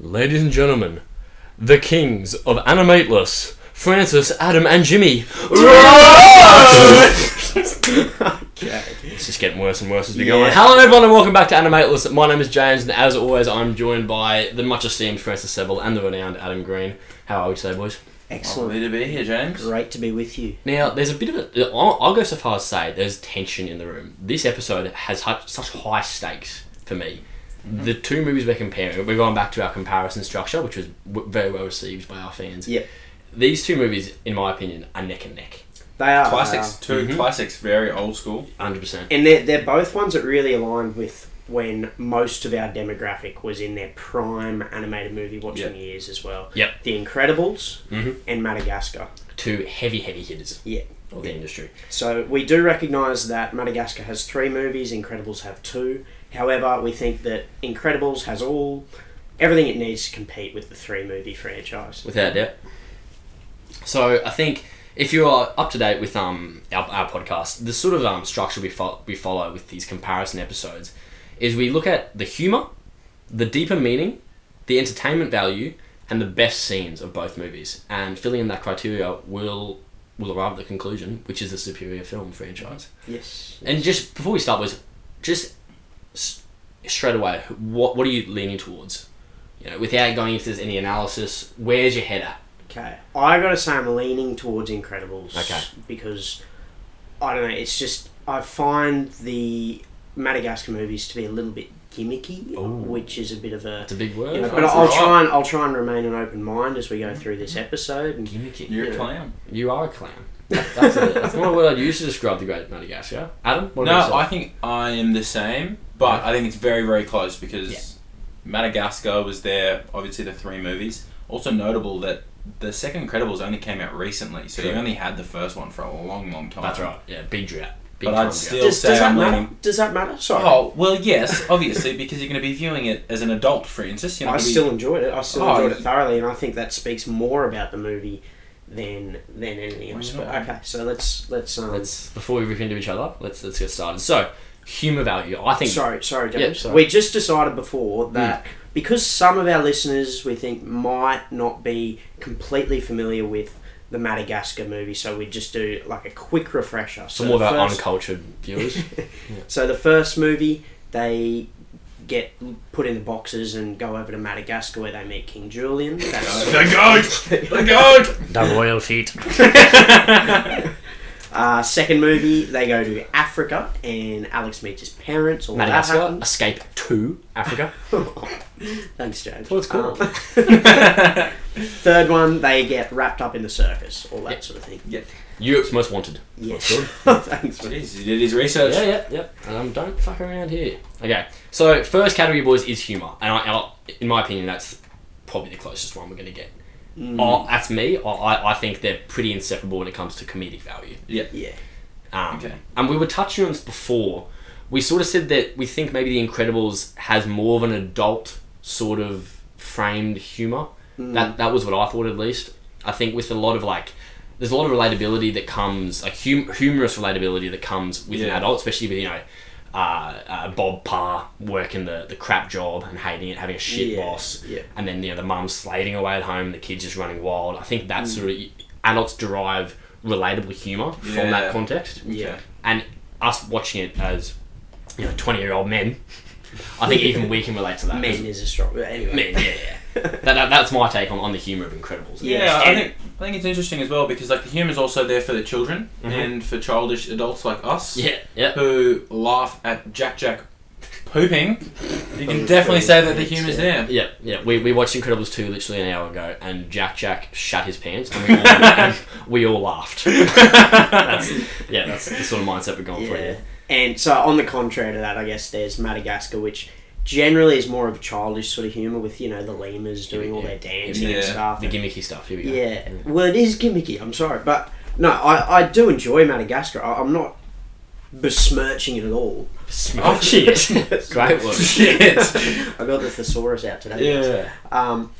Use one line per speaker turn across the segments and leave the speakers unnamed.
Ladies and gentlemen, the kings of Animateless, Francis, Adam, and Jimmy. It's just getting worse and worse as we go
Yeah.
on. Hello, everyone, and welcome back to Animateless. My name is James, and as always, I'm joined by the much esteemed Francis Seville and the renowned Adam Green. How are we today, boys?
Oh,
Lovely to be here, James.
Great to be with you.
Now, there's a bit of a. I'll, I'll go so far as to say there's tension in the room. This episode has hu- such high stakes for me. The two movies we're comparing, we're going back to our comparison structure, which was w- very well received by our fans.
Yep.
These two movies, in my opinion, are neck and neck.
They are.
Classics, Mm-hmm.
they
2
Mhm.
classics, very old school.
100%.
are. And they're, they're both ones that really align with when most of our demographic was in their prime animated movie watching
Yep.
years as well.
Yep.
The Incredibles
Mhm.
and Madagascar.
Two heavy, heavy hitters
Yeah.
of the industry.
So we do recognise that Madagascar has three movies, Incredibles have two. However, we think that Incredibles has all everything it needs to compete with the three movie franchise.
Without a doubt. So I think if you are up to date with um our, our podcast, the sort of um structure we fo- we follow with these comparison episodes is we look at the humor, the deeper meaning, the entertainment value, and the best scenes of both movies. And filling in that criteria will will arrive at the conclusion, which is the superior film franchise.
Yes.
And just before we start, boys, just s- straight away, what what are you leaning towards? You know, without going if there's any analysis, where's your head at?
Okay. I gotta say I'm leaning towards Incredibles.
Okay.
Because I don't know, it's just I find the Madagascar movies to be a little bit gimmicky,
Ooh.
which is a bit of a
That's a big word.
you know,
Oh,
but
that's
I'll
right.
try and I'll try and remain an open mind as we go through this
Mm-hmm.
episode. And
Gimmicky.
You're a
Yeah.
clown.
You are a clown. That's, a, that's not a word I'd use to describe the Great Madagascar. Adam, what about
No, I
yourself?
think I am the same, but I think it's very, very close because
Yeah.
Madagascar was there, obviously, the three movies. Also notable that the second Incredibles only came out recently, so you
True.
only had the first one for a long, long time.
That's right. Yeah, big drought. Big
But
time
I'd
drought.
still-
does,
say
does that
I'm
matter?
leaning-
Does that matter? Sorry.
Oh, well, yes, obviously, because you're going to be viewing it as an adult, Francis. You're not
I
gonna be-
still enjoyed it. I still
Oh,
enjoyed it
you-
thoroughly, and I think that speaks more about the movie than than anything
Well,
else.
you know
But
what?
okay, so let's let's um,
Let's before we rip into each other. Let's let's get started. So, humor value. I think.
Sorry, sorry, James.
Yeah, sorry. Mm.
We just decided before that because some of our listeners we think might not be completely familiar with the Madagascar movie, so we just do like a quick refresher.
Some
So
more of
the
our
first-
uncultured viewers.
so the first movie they get put in the boxes and go over to Madagascar where they meet King Julian. That's
The goat! The goat!
the royal feet.
uh, second movie they go to Africa and Alex meets his parents. All Madagascar.
Madagascar. Escape to Africa.
Thanks, James.
Well, it's cool.
Um, Third one, they get wrapped up in the circus, all that sort of thing.
Yep.
Europe's most wanted.
Yes.
Well,
Thanks. For
Jeez, he did his research.
Yeah, yeah, yeah. And um, don't fuck around here. Okay, so first category, boys, is humour, and I, I, in my opinion, that's probably the closest one we're gonna get.
Mm.
Mm.
Oh, that's me. I- I, I think they're pretty inseparable when it comes to comedic value.
yeah.
Um,
Okay.
And we were touching on this before. We sort of said that we think maybe The Incredibles has more of an adult sort of framed humor.
Mm.
That that was what I thought at least. I think with a lot of like, there's a lot of relatability that comes, like hum- humorous relatability that comes with an
Yeah.
adult, especially with you know. Uh, uh, Bob Parr working the, the crap job and hating it, having a shit
Yeah,
boss,
yeah.
and then you know the mum's slaving away at home, the kids just running wild. I think that's
Hmm.
sort of adults derive relatable humor from that
Yeah.
context
Yeah.
and us watching it as you know 20 year old men i think even we can relate to that
Men is a strong. Anyway.
Men, yeah, yeah. That, that, that's my take on, on the humor of incredibles
Yeah.
Yeah, I
and-
think I think it's interesting as well because like the humour is also there for the children and for childish adults like us
yeah yeah
who laugh at Jack Jack pooping. You can definitely say that the humour's there.
yeah, yeah. We, we watched Incredibles 2 literally an hour ago, and Jack Jack shat his pants, and we all, and we all laughed. that's, yeah, that's the sort of mindset we're going for
Yeah.
here.
And so, on the contrary to that, I guess there's Madagascar, which generally is more of a childish sort of humour with, you know, the lemurs doing all their dancing and
Yeah.
stuff.
The gimmicky stuff, here we go.
yeah. Well, it is gimmicky, I'm sorry. But no, I, I do enjoy Madagascar. I, I'm not besmirching it at all.
Oh, shit. Great word.
Shit.
I got the thesaurus out today. guys.
Yeah.
Um,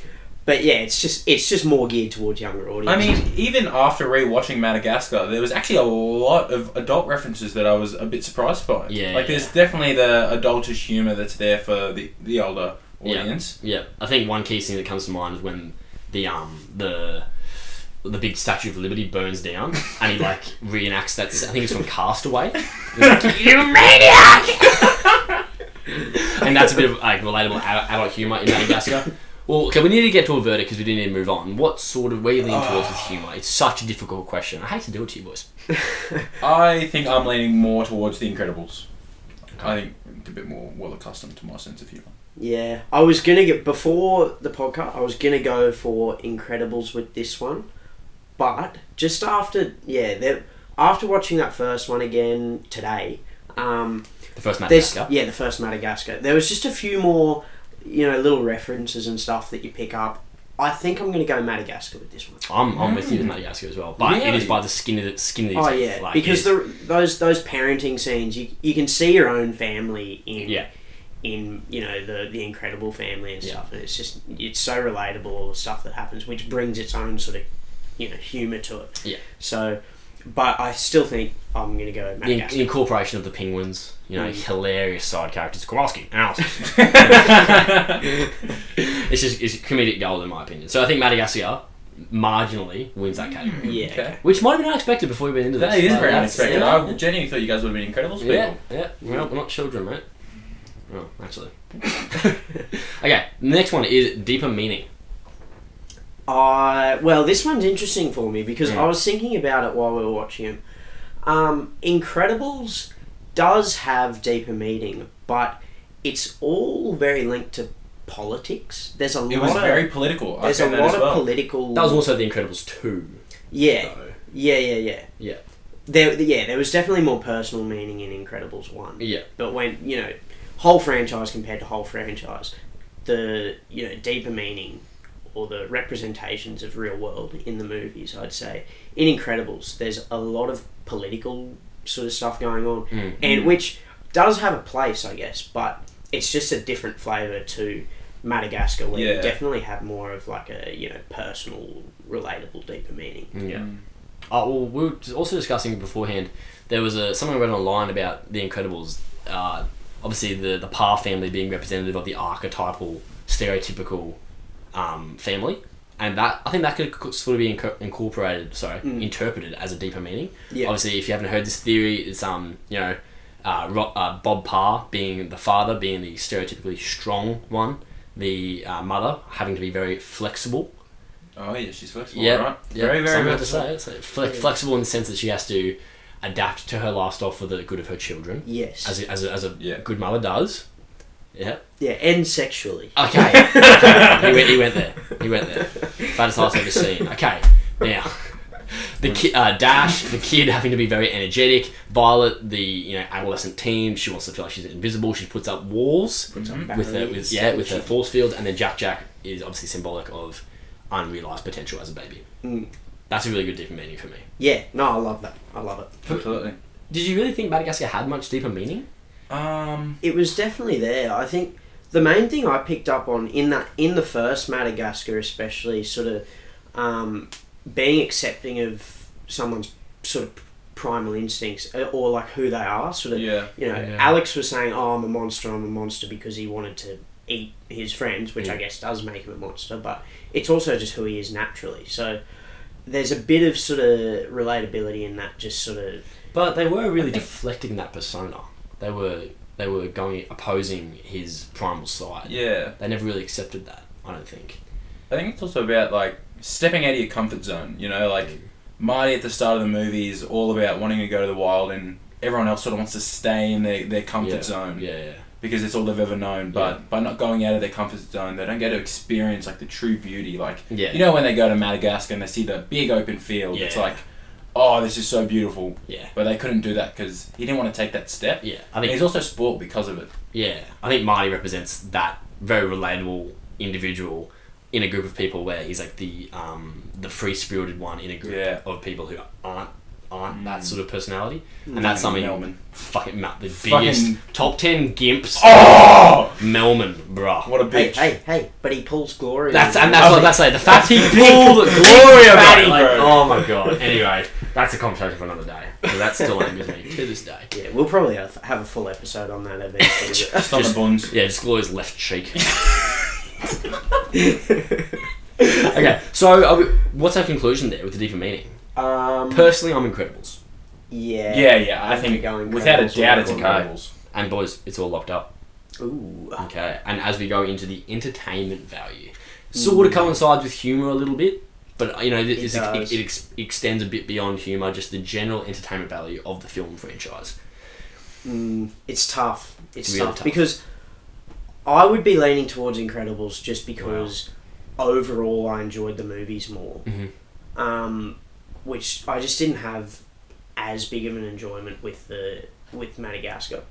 but yeah, it's just it's just more geared towards younger
I
audiences.
mean, even after rewatching Madagascar, there was actually a lot of adult references that I was a bit surprised by.
Yeah,
like there's definitely the adultish humour that's there for the the older audience.
Yeah, I think one key thing that comes to mind is when the um the the big Statue of Liberty burns down, and he like reenacts that. s- I think it's from Castaway. He's like, you maniac! and that's a bit of like relatable ad- adult humor in Madagascar. Well, okay, we need to get to a verdict because we do need to move on. What sort of where you lean towards with humor? It's such a difficult question. I hate to do it to you boys.
I think I'm leaning more towards The Incredibles. I think it's a bit more well accustomed to my sense of humour.
Yeah, I was gonna get before the podcast. I was gonna go for Incredibles with this one, but just after yeah, the- after watching that first one again today, um,
The first
there's
Madagascar.
yeah the first Madagascar. There was just a few more, you know, little references and stuff that you pick up. I think I'm gonna go Madagascar with this one.
I'm, I'm with you with Madagascar as well, but it is
Really?
by the skin of the skin of the
Hmm. Oh
teeth,
yeah,
like,
because
it's-
the, those those parenting scenes, you, you can see your own family in
Yeah.
in you know the the Incredible family and
Yeah.
stuff, and it's just it's so relatable all the stuff that happens, which brings its own sort of you know humor to it.
Yeah.
So, but I still think I'm gonna go
the in-
Madagascar.
incorporation of the penguins, you know,
Hmm.
hilarious side characters. Kowalski, out. it's just it's comedic gold in my opinion. So I think Madagascar marginally wins that category,
yeah.
Okay.
which might have been unexpected before we went into this.
That is
but
very
that's-
unexpected.
Yeah,
I genuinely thought you guys would have been Incredibles people.
yeah, yeah. Well, we're not children, mate. Oh, actually. okay, the next one is deeper meaning.
I well, this one's interesting for me because
Mm.
I was thinking about it while we were watching him. Um, Incredibles does have deeper meaning, but it's all very linked to politics. There's a
It
lot
was
of
very political. I
there's a
found that
lot
as
of
well.
political.
That was also The Incredibles two.
yeah,
though.
yeah, yeah, yeah.
Yeah.
There, yeah, there was definitely more personal meaning in Incredibles one.
Yeah.
But when you know, whole franchise compared to whole franchise, the you know deeper meaning or the representations of real world in the movies, I'd say in Incredibles, there's a lot of political sort of stuff going on,
Mm.
and which does have a place, I guess, but it's just a different flavor to Madagascar, where you
Yeah.
definitely have more of like a you know personal, relatable, deeper meaning.
Yeah.
Mm.
Oh, well, we were just also discussing beforehand. There was a someone read online about The Incredibles. Uh, obviously, the the Parr family being representative of the archetypal, stereotypical um, family, and that I think that could co- sort of be inco- incorporated, sorry, interpreted as a deeper meaning.
Yeah.
Obviously, if you haven't heard this theory, it's um you know, uh, Ro- uh, Bob Parr being the father, being the stereotypically strong one, the uh, mother having to be very flexible.
Oh yeah, she's flexible,
Yeah,
right?
yeah.
Very, very
Something
flexible.
to say. It's like fle- flexible in the sense that she has to adapt to her lifestyle for the good of her children,
Yes.
as a, as a, as a
Yeah.
good mother does. Yeah.
yeah, and
Mm-hmm.
sexually.
Okay. okay. He went. He went there. He went there. Fattest house I've ever seen. Okay. Now, the ki- uh, Dash, the kid having to be very energetic. Violet, the you know adolescent teen, she wants to feel like she's invisible. She puts up walls with her, with, yeah, with her force field, and then Jack Jack is obviously symbolic of unrealized potential as a baby.
Mm.
That's a really good deeper meaning for me.
Yeah, no, I love that. I love it.
Absolutely.
Did you really think Madagascar had much deeper meaning?
Um,
It was definitely there. I think the main thing I picked up on in that in the first Madagascar, especially, sort of um, being accepting of someone's sort of primal instincts uh, or like who they are. Sort of,
yeah.
you know,
Yeah.
Alex was saying, "Oh, I'm a monster. I'm a monster," because he wanted to eat his friends, which I
Mm.
guess does make him a monster. But it's also just who he is naturally. So. There's a bit of sort of relatability in that, just sort of
But they were really deflecting that persona. They were they were going opposing his primal side.
Yeah.
They never really accepted that. I don't think.
I think it's also about like stepping out of your comfort zone. You know, like Marty at the start of the movie is all about wanting to go to the wild, and everyone else sort of wants to stay in their, their comfort
yeah.
zone
Yeah, yeah.
because it's all they've ever known. But by not going out of their comfort zone, they don't get to experience like the true beauty. Like
Yeah.
you know, when they go to Madagascar and they see the big open field, it's
Yeah.
like, oh, this is so beautiful.
Yeah.
But they couldn't do that because he didn't want to take that step.
Yeah. I
And
think
he's also spoilt because of it.
Yeah, I think Marty represents that very relatable individual in a group of people where he's like the um, the free spirited one in a group
Yeah.
of people who aren't aren't that
Mm.
sort of personality,
Mm.
and that's something
Melman.
fucking Matt, the
Fucking-
biggest top ten gimps.
Oh,
Melman, bruh.
what a
Hey,
bitch!
hey, hey! But he pulls glory.
That's
on
and that's
you.
what that's like. The fact he pulled glory about it. Like, oh my god. Anyway, that's a conversation for another day. But that still angers me to this day.
Yeah, we'll probably have, have a full episode on that eventually.
Stop
Just-
the buns.
Yeah, just Glory's left cheek. okay, so are we, what's our conclusion there with the deeper meaning?
um,
Personally, I'm Incredibles,
yeah.
Yeah, yeah. I think
going
without a
Incredibles
doubt, it's
or-
Okay.
Incredibles.
and boys, it's all locked up.
Ooh.
Okay, and as we go into the entertainment value, sort of coincides with humor a little bit, but you know, it, it,
does.
it, ex- extends a bit beyond humor, just the general entertainment value of the film franchise.
Mm, it's tough. It's
Really
tough,
tough.
because I would be leaning towards Incredibles just because overall I enjoyed the movies more,
Mhm.
Mm-hmm.
um, which I just didn't have as big of an enjoyment with the with Madagascar.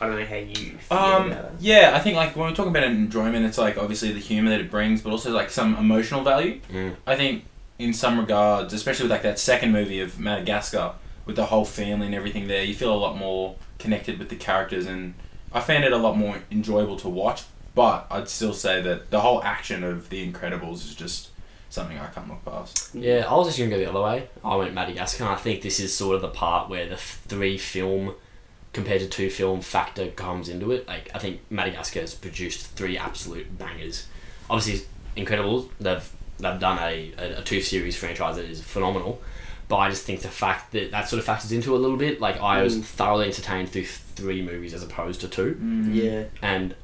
I don't know how you feel
Um,
about that.
yeah, I think like when we're talking about enjoyment, it's like obviously the humor that it brings, but also like some emotional value.
Mm.
I think in some regards, especially with like that second movie of Madagascar with the whole family and everything there, you feel a lot more connected with the characters, and I found it a lot more enjoyable to watch. But I'd still say that the whole action of The Incredibles is just something I can't look past.
Yeah, I was just gonna go the other way. I went Madagascar. And I think this is sort of the part where the three film compared to two film factor comes into it. Like I think Madagascar has produced three absolute bangers. Obviously, Incredibles they've they've done a, a, a two series franchise that is phenomenal. But I just think the fact that that sort of factors into it a little bit. Like I was
Mm.
thoroughly entertained through three movies as opposed to two.
mm.
Yeah.
And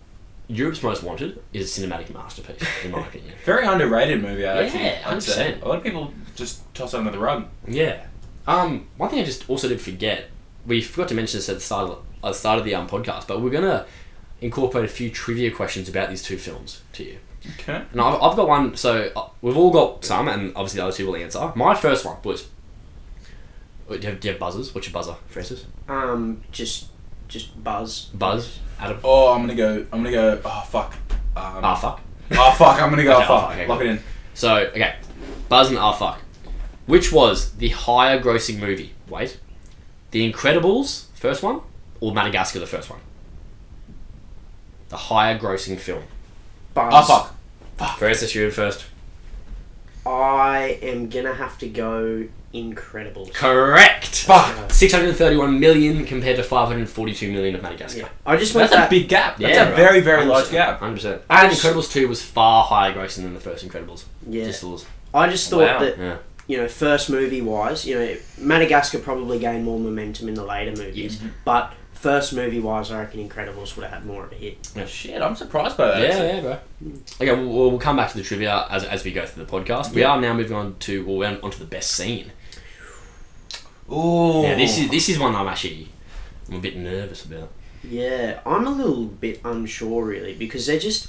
Europe's Most Wanted is a cinematic masterpiece in my opinion.
Very underrated movie, I actually.
Yeah,
I'd say.
100%.
A lot of people just toss it under the rug.
Yeah. Um, one thing I just also did forget, we forgot to mention this at the start of, at the, start of the um, podcast, but we're going to incorporate a few trivia questions about these two films to you.
Okay.
And I've, I've got one, so uh, we've all got some, and obviously the other two will answer. My first one was. Wait, Do you, have, do you have buzzers? What's your buzzer, Francis?
Um, just just buzz.
Buzz? Adam?
Oh, I'm gonna go. I'm gonna go. Oh fuck. Um,
Ah, fuck.
Oh fuck, I'm gonna go
Okay,
fuck.
okay,
Lock
cool.
it in.
So, okay. Buzz and ah, fuck. Which was the higher grossing movie? Wait. The Incredibles, first one, or Madagascar, the first one? The higher grossing film.
Buzz.
Ah fuck.
Francis, you in first.
I am gonna have to go Incredibles.
Correct!
Fuck.
631 million compared to 542 million of Madagascar.
Yeah. I just went
That's a
that.
big gap. That's
Yeah,
a
right.
very, very large
100%.
gap.
100%. And Incredibles 2 was far higher grossing than the first Incredibles.
yeah.
Just a little-
I just thought
Wow.
that
yeah.
you know, first movie wise, you know, Madagascar probably gained more momentum in the later movies, but first movie wise, I reckon Incredibles would have had more of a hit.
Shit, I'm surprised by that.
Yeah,
actually.
yeah, bro. Okay, we'll, we'll- we'll come back to the trivia as, as we go through the podcast. We are now moving on to well, we're on, onto the best scene.
Ooh.
Now,
Oh.
this is this is one I'm actually I'm a bit nervous about.
Yeah, I'm a little bit unsure really because there just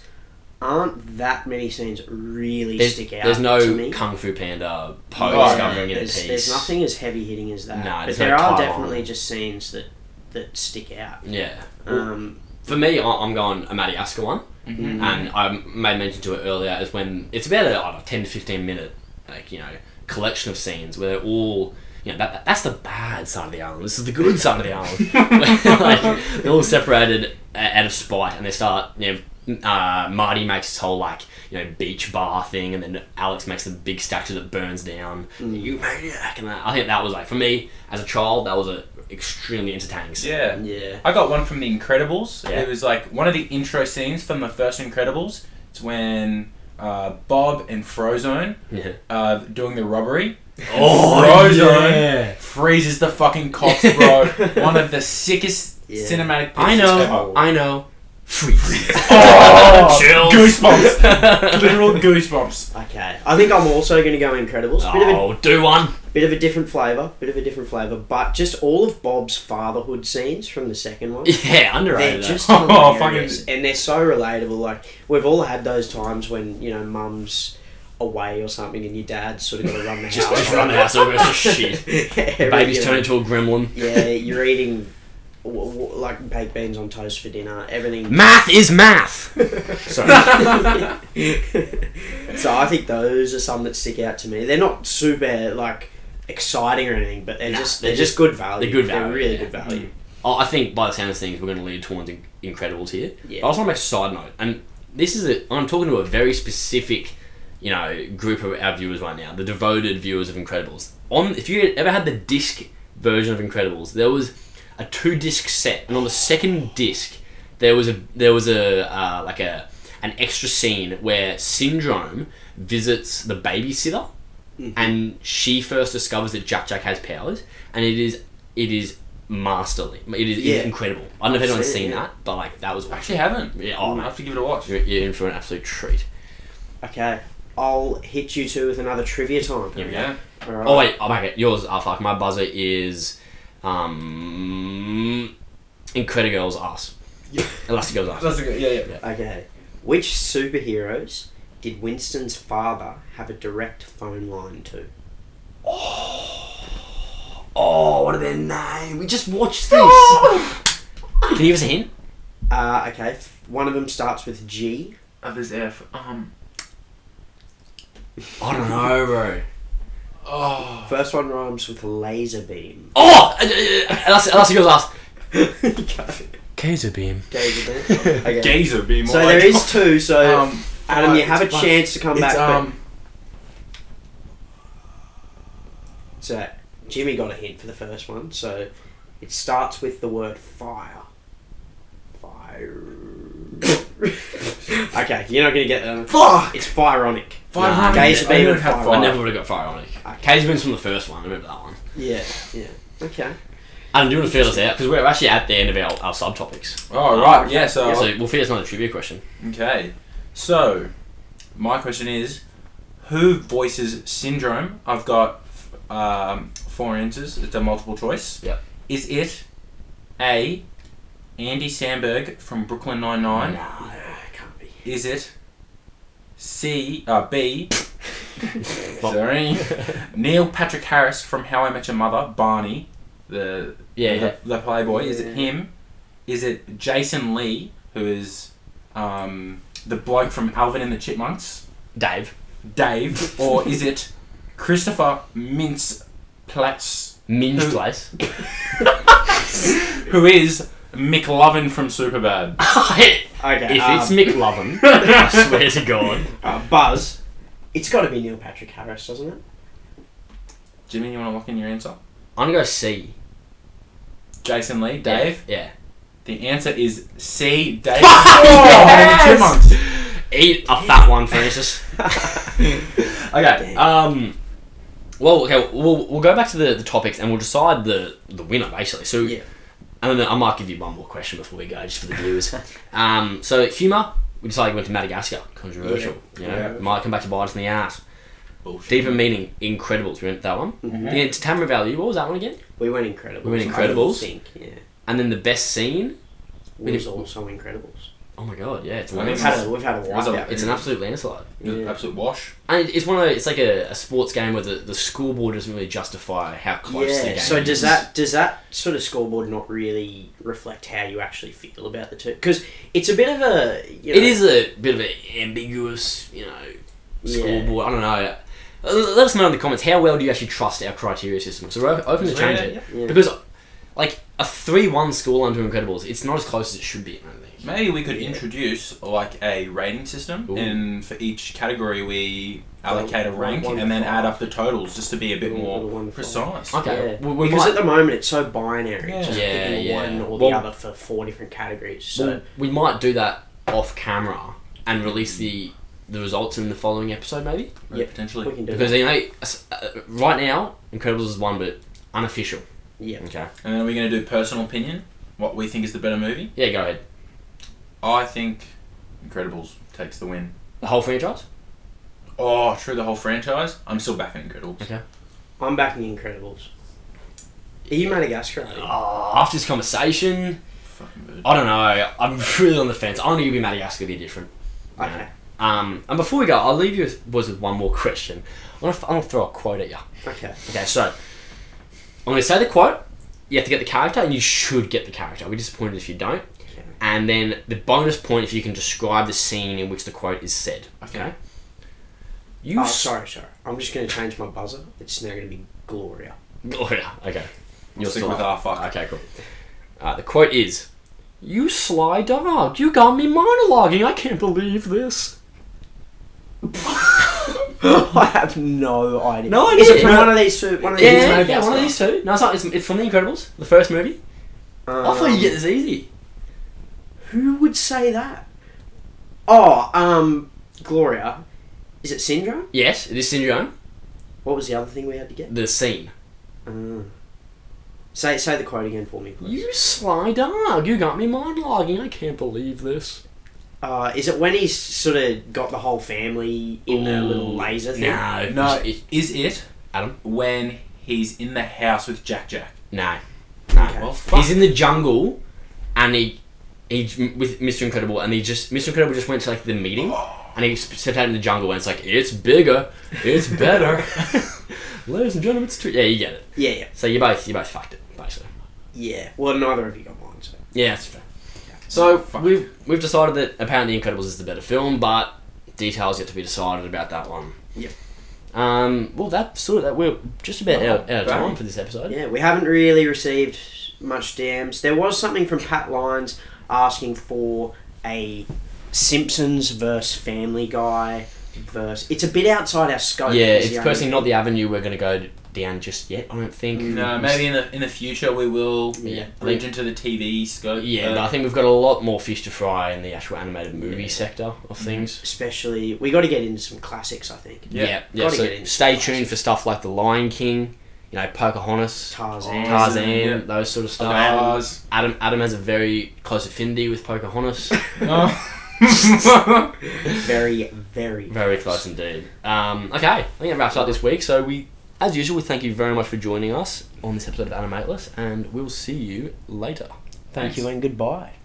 aren't that many scenes really
There's,
stick out.
there's
to
no
me.
Kung Fu Panda Poe
Right.
discovering in a
there's,
piece.
there's nothing as heavy hitting as that.
No,
but
there's
there
no
are
Taiwan.
definitely just scenes that that stick out.
Yeah.
Um,
For me, I- I'm going a Madagascar one,
Mhm.
and I made mention to it earlier. Is when it's about a I don't know, ten to fifteen minute, like you know, collection of scenes where they're all. You know, that, that- that's the bad side of the island. This is the good side of the island. like, they're all separated uh, out of spite, and they start. You know, uh, Marty makes his whole like you know beach bar thing, and then Alex makes the big statue that burns down. You maniac! And that, I think that was like for me as a child, that was a extremely entertaining scene.
Yeah.
yeah.
I got one from The Incredibles.
Yeah.
It was like one of the intro scenes from the first Incredibles. It's when uh, Bob and Frozone
Yeah.
uh, doing the robbery.
Oh,
Frozone
yeah.
freezes the fucking cops, bro. one of the sickest
Yeah.
cinematic. Pictures
I know.
Ever.
I know. Freeze.
Oh,
Chills.
goosebumps. Literal goosebumps.
Okay, I think I'm also going to go Incredibles. Bit of a
oh, do one.
Bit of a different flavour, bit of a different flavour, but just all of Bob's fatherhood scenes from the second one.
Yeah,
They're
underrated.
just
Oh,
hilarious, and they're so relatable. Like we've all had those times when you know mum's away or something, and your dad's sort of got to run the house.
just, just run the house over. It's just shit.
Yeah,
Baby's
you know,
turned into a gremlin.
Yeah, you're eating w- w- like baked beans on toast for dinner. Everything.
Math is math.
so I think those are some that stick out to me. They're not super like exciting or anything, but they're
Nah,
just
they're
they're just good value.
they're good
They're
value,
really
yeah. Mm.
good value.
Oh, I I think by the sound of things, we're going to lead towards in- Incredibles here.
Yeah.
But I also want to make a side note, and this is a, I'm talking to a very specific, you know, group of our viewers right now, the devoted viewers of Incredibles. On if you ever had the disc version of Incredibles, there was a two disc set, and on the second disc, there was a there was a uh, like a an extra scene where Syndrome visits the babysitter
Mm-hmm.
and she first discovers that Jack Jack has powers, and it is it is masterly. It is, it is
Yeah.
incredible. I don't know if
I've
anyone's
seen it,
seen
yeah.
that, but like that was
I actually haven't.
Yeah, oh,
I
mate.
have to give it a watch.
You're, you're in for an absolute treat.
Okay, I'll hit you two with another trivia time.
Yeah.
Yeah.
All right.
Oh wait, oh okay, yours. Oh fuck, my buzzer is, um, Incredigirl's ass.
Yeah.
Elastigirl's ass.
That's a good. Yeah, yeah.
Okay, which superheroes did Winston's father have a direct phone line to?
Oh, what are their name? We just watched this. Can you give us a hint?
Uh, okay, f- one of them starts with G.
Others F. Um.
I don't know, bro.
Oh.
First one rhymes with laser beam.
Oh, uh, uh, Elasti- Elastigirl's ass.
okay.
Gazer beam.
Gazer beam. Okay.
Gazer beam.
So there is um, two. So
Um,
Adam, you have a
it's-
chance to come
It's
back. but-
um.
so Jimmy got a hint for the first one. So it starts with the word fire. Fire. okay, you're not gonna get that. one.
Fuck.
It's fironic.
Five
Nah,
hundred.
Gazer
I
beam
don't
and
have
fire.
five.
I never would have got Fire on it.
Okay.
Gazer beam's from the first one. I remember that one.
Yeah. Yeah. Okay.
And do you want to feel us out? Because we're actually at the end of our, our subtopics.
Oh right. Yeah. So.
So we'll feel us another trivia question.
Okay. So, my question is, who voices Syndrome? I've got um, four answers. It's a multiple choice.
Yep.
Is it A. Andy Samberg from Brooklyn Nine Nine?
No, it can't be.
Is it C. Uh, B. Sorry. Neil Patrick Harris from How I Met Your Mother, Barney, the
Yeah,
the,
Uh-huh.
yeah.
the Playboy. Is
Yeah.
it him? Is it Jason Lee, who is um, the bloke from Alvin and the Chipmunks,
Dave.
Dave, or is it Christopher Mintz Platz,
Minge
Who-
place.
who is McLovin from Superbad?
if
Okay. um,
it's McLovin, I swear to God.
uh, Buzz, it's got to be Neil Patrick Harris, doesn't it?
Jimmy, you want to lock in your answer?
I'm going to go C.
Jason Lee, Dave.
Yeah.
The answer is C. Dave.
Yes!
Alvin and the Chipmunks.
Eat a fat one, Francis. okay. Um. Well, okay. We'll, we'll go back to the, the topics and we'll decide the, the winner basically. So,
Yeah.
and then I might give you one more question before we go, just for the viewers. um. So humor. We decided we went to Madagascar. Controversial.
Yeah.
You know,
Yeah.
might come back to bite us in the ass.
Bullshit.
Deeper meaning, Incredibles. We went that one.
Mm-hmm.
Yeah, Tamra Valley. What was that one again?
We went Incredibles.
We went
I don't
Incredibles.
think, yeah.
And then the best scene.
It was also Incredibles.
Oh my god, yeah, it's
I
We've
think
landslide.
had a, we've had a
was a-
wipeout.
It's an absolute landslide.
Yeah.
Absolute wash.
And it- it's one of those, it's like a, a sports game where the, the scoreboard doesn't really justify how close the
Yeah.
game
So does
is.
that does that sort of scoreboard not really reflect how you actually feel about the two? Because it's a bit of a. You know,
It is a bit of an ambiguous, you know,
Yeah.
scoreboard. I don't know. Uh, Let us know in the comments how well do you actually trust our criteria system. So we're o- open to
Yeah,
change
yeah,
it
yeah.
because, like, a three-one scoreline to Incredibles, it's not as close as it should be. I don't think.
Maybe we could
Yeah.
introduce like a rating system,
Ooh.
and for each category we allocate a
One-
rank
one
and then
to
add
five.
up the totals just to be a bit
Yeah,
more
one to five.
precise.
Okay,
Yeah.
we, we
because
might
at the moment it's so binary.
Yeah.
Just
Yeah,
picking
yeah.
one or
Well-
the other for four different categories. So
well, we might do that off camera and release the the results in the following episode, maybe.
Right,
Yeah. we
Potentially.
can do
Because
that.
you know, s- uh, right now Incredibles is one, but unofficial.
Yeah.
Okay.
And then we're going to do personal opinion, what we think is the better movie.
Yeah, go ahead.
I think Incredibles takes the win.
The whole franchise.
Oh, true, the whole franchise. I'm still backing Incredibles.
Okay.
I'm backing Incredibles. Are you Madagascar? Are you?
Oh, after this conversation,
Fucking bird.
I don't know. I'm really on the fence. I'm gonna give you Madagascar. Be different.
Okay.
Um, and before we go, I'll leave you with- boys with one more question. I'm gonna, f- I'm gonna throw a quote at you.
Okay.
Okay, so I'm gonna say the quote. You have to get the character, and you should get the character. I'll be disappointed if you don't.
Okay.
And then the bonus point if you can describe the scene in which the quote is said.
Okay.
You
Oh,
s-
sorry, sorry. I'm just going to change my buzzer. It's now going to be Gloria.
Gloria. Oh, Okay.
We'll stick with
up.
our fuck.
Okay, cool. Uh, the quote is, "You sly dog, you got me monologuing. I can't believe this."
I have no idea.
No
Is it
idea.
from
No.
one of these two? One of these
Yeah,
two
yeah,
movies?
yeah, one of these two. No, it's not. It's, it's from The Incredibles, the first movie. I thought you get this easy.
Who would say that? Oh, um, Gloria. Is it Syndra?
Yes, it is syndrome.
What was the other thing we had to get?
The scene.
Uh, say say the quote again for me, please.
You sly dog, you got me monologuing. I can't believe this.
Uh, is it when he's sort of got the whole family in the little
Ooh,
laser thing?
No,
No,
it's-
is it
Adam?
when he's in the house with Jack Jack?
no, no.
Okay.
Well, fuck.
He's in the jungle, and he, he with Mr. Incredible, and he just Mr. Incredible just went to like the meeting, and he sp- stepped out in the jungle, and it's like it's bigger, it's better, ladies and gentlemen. It's true. Yeah, you get it.
Yeah, yeah,
So you both you both fucked it basically.
yeah. Well, neither of you got mine, so.
Yeah, that's fair. So
Fuck.
we've we've decided that apparently Incredibles is the better film, but details yet to be decided about that one.
Yep.
Um. Well, that sort of that we're just about out, out of
bang.
time for this episode.
Yeah, we haven't really received much DMs. There was something from Pat Lyons asking for a Simpsons versus Family Guy verse. It's a bit outside our scope.
Yeah,
is
it's
the only-
personally not the avenue we're going to go down just yet. I don't think.
No, maybe in the in the future we will
Yeah.
reach into the TV scope.
Yeah,
uh,
no, I think we've got a lot more fish to fry in the actual animated movie sector of things.
Especially, we got to get into some classics. I think
Yeah,
Yeah.
yeah.
Gotta get
so
into
stay
that.
tuned for stuff like The Lion King, you know, Pocahontas,
Tarzan.
Tarzan,
Yeah.
those sort of stuff.
Ours.
Adam Adam has a very close affinity with Pocahontas.
Oh.
Very, very,
very close indeed. Um, okay, I think that wraps up this week. So we, as usual, we thank you very much for joining us on this episode of Animateless, and we'll see you later.
Thank you and goodbye.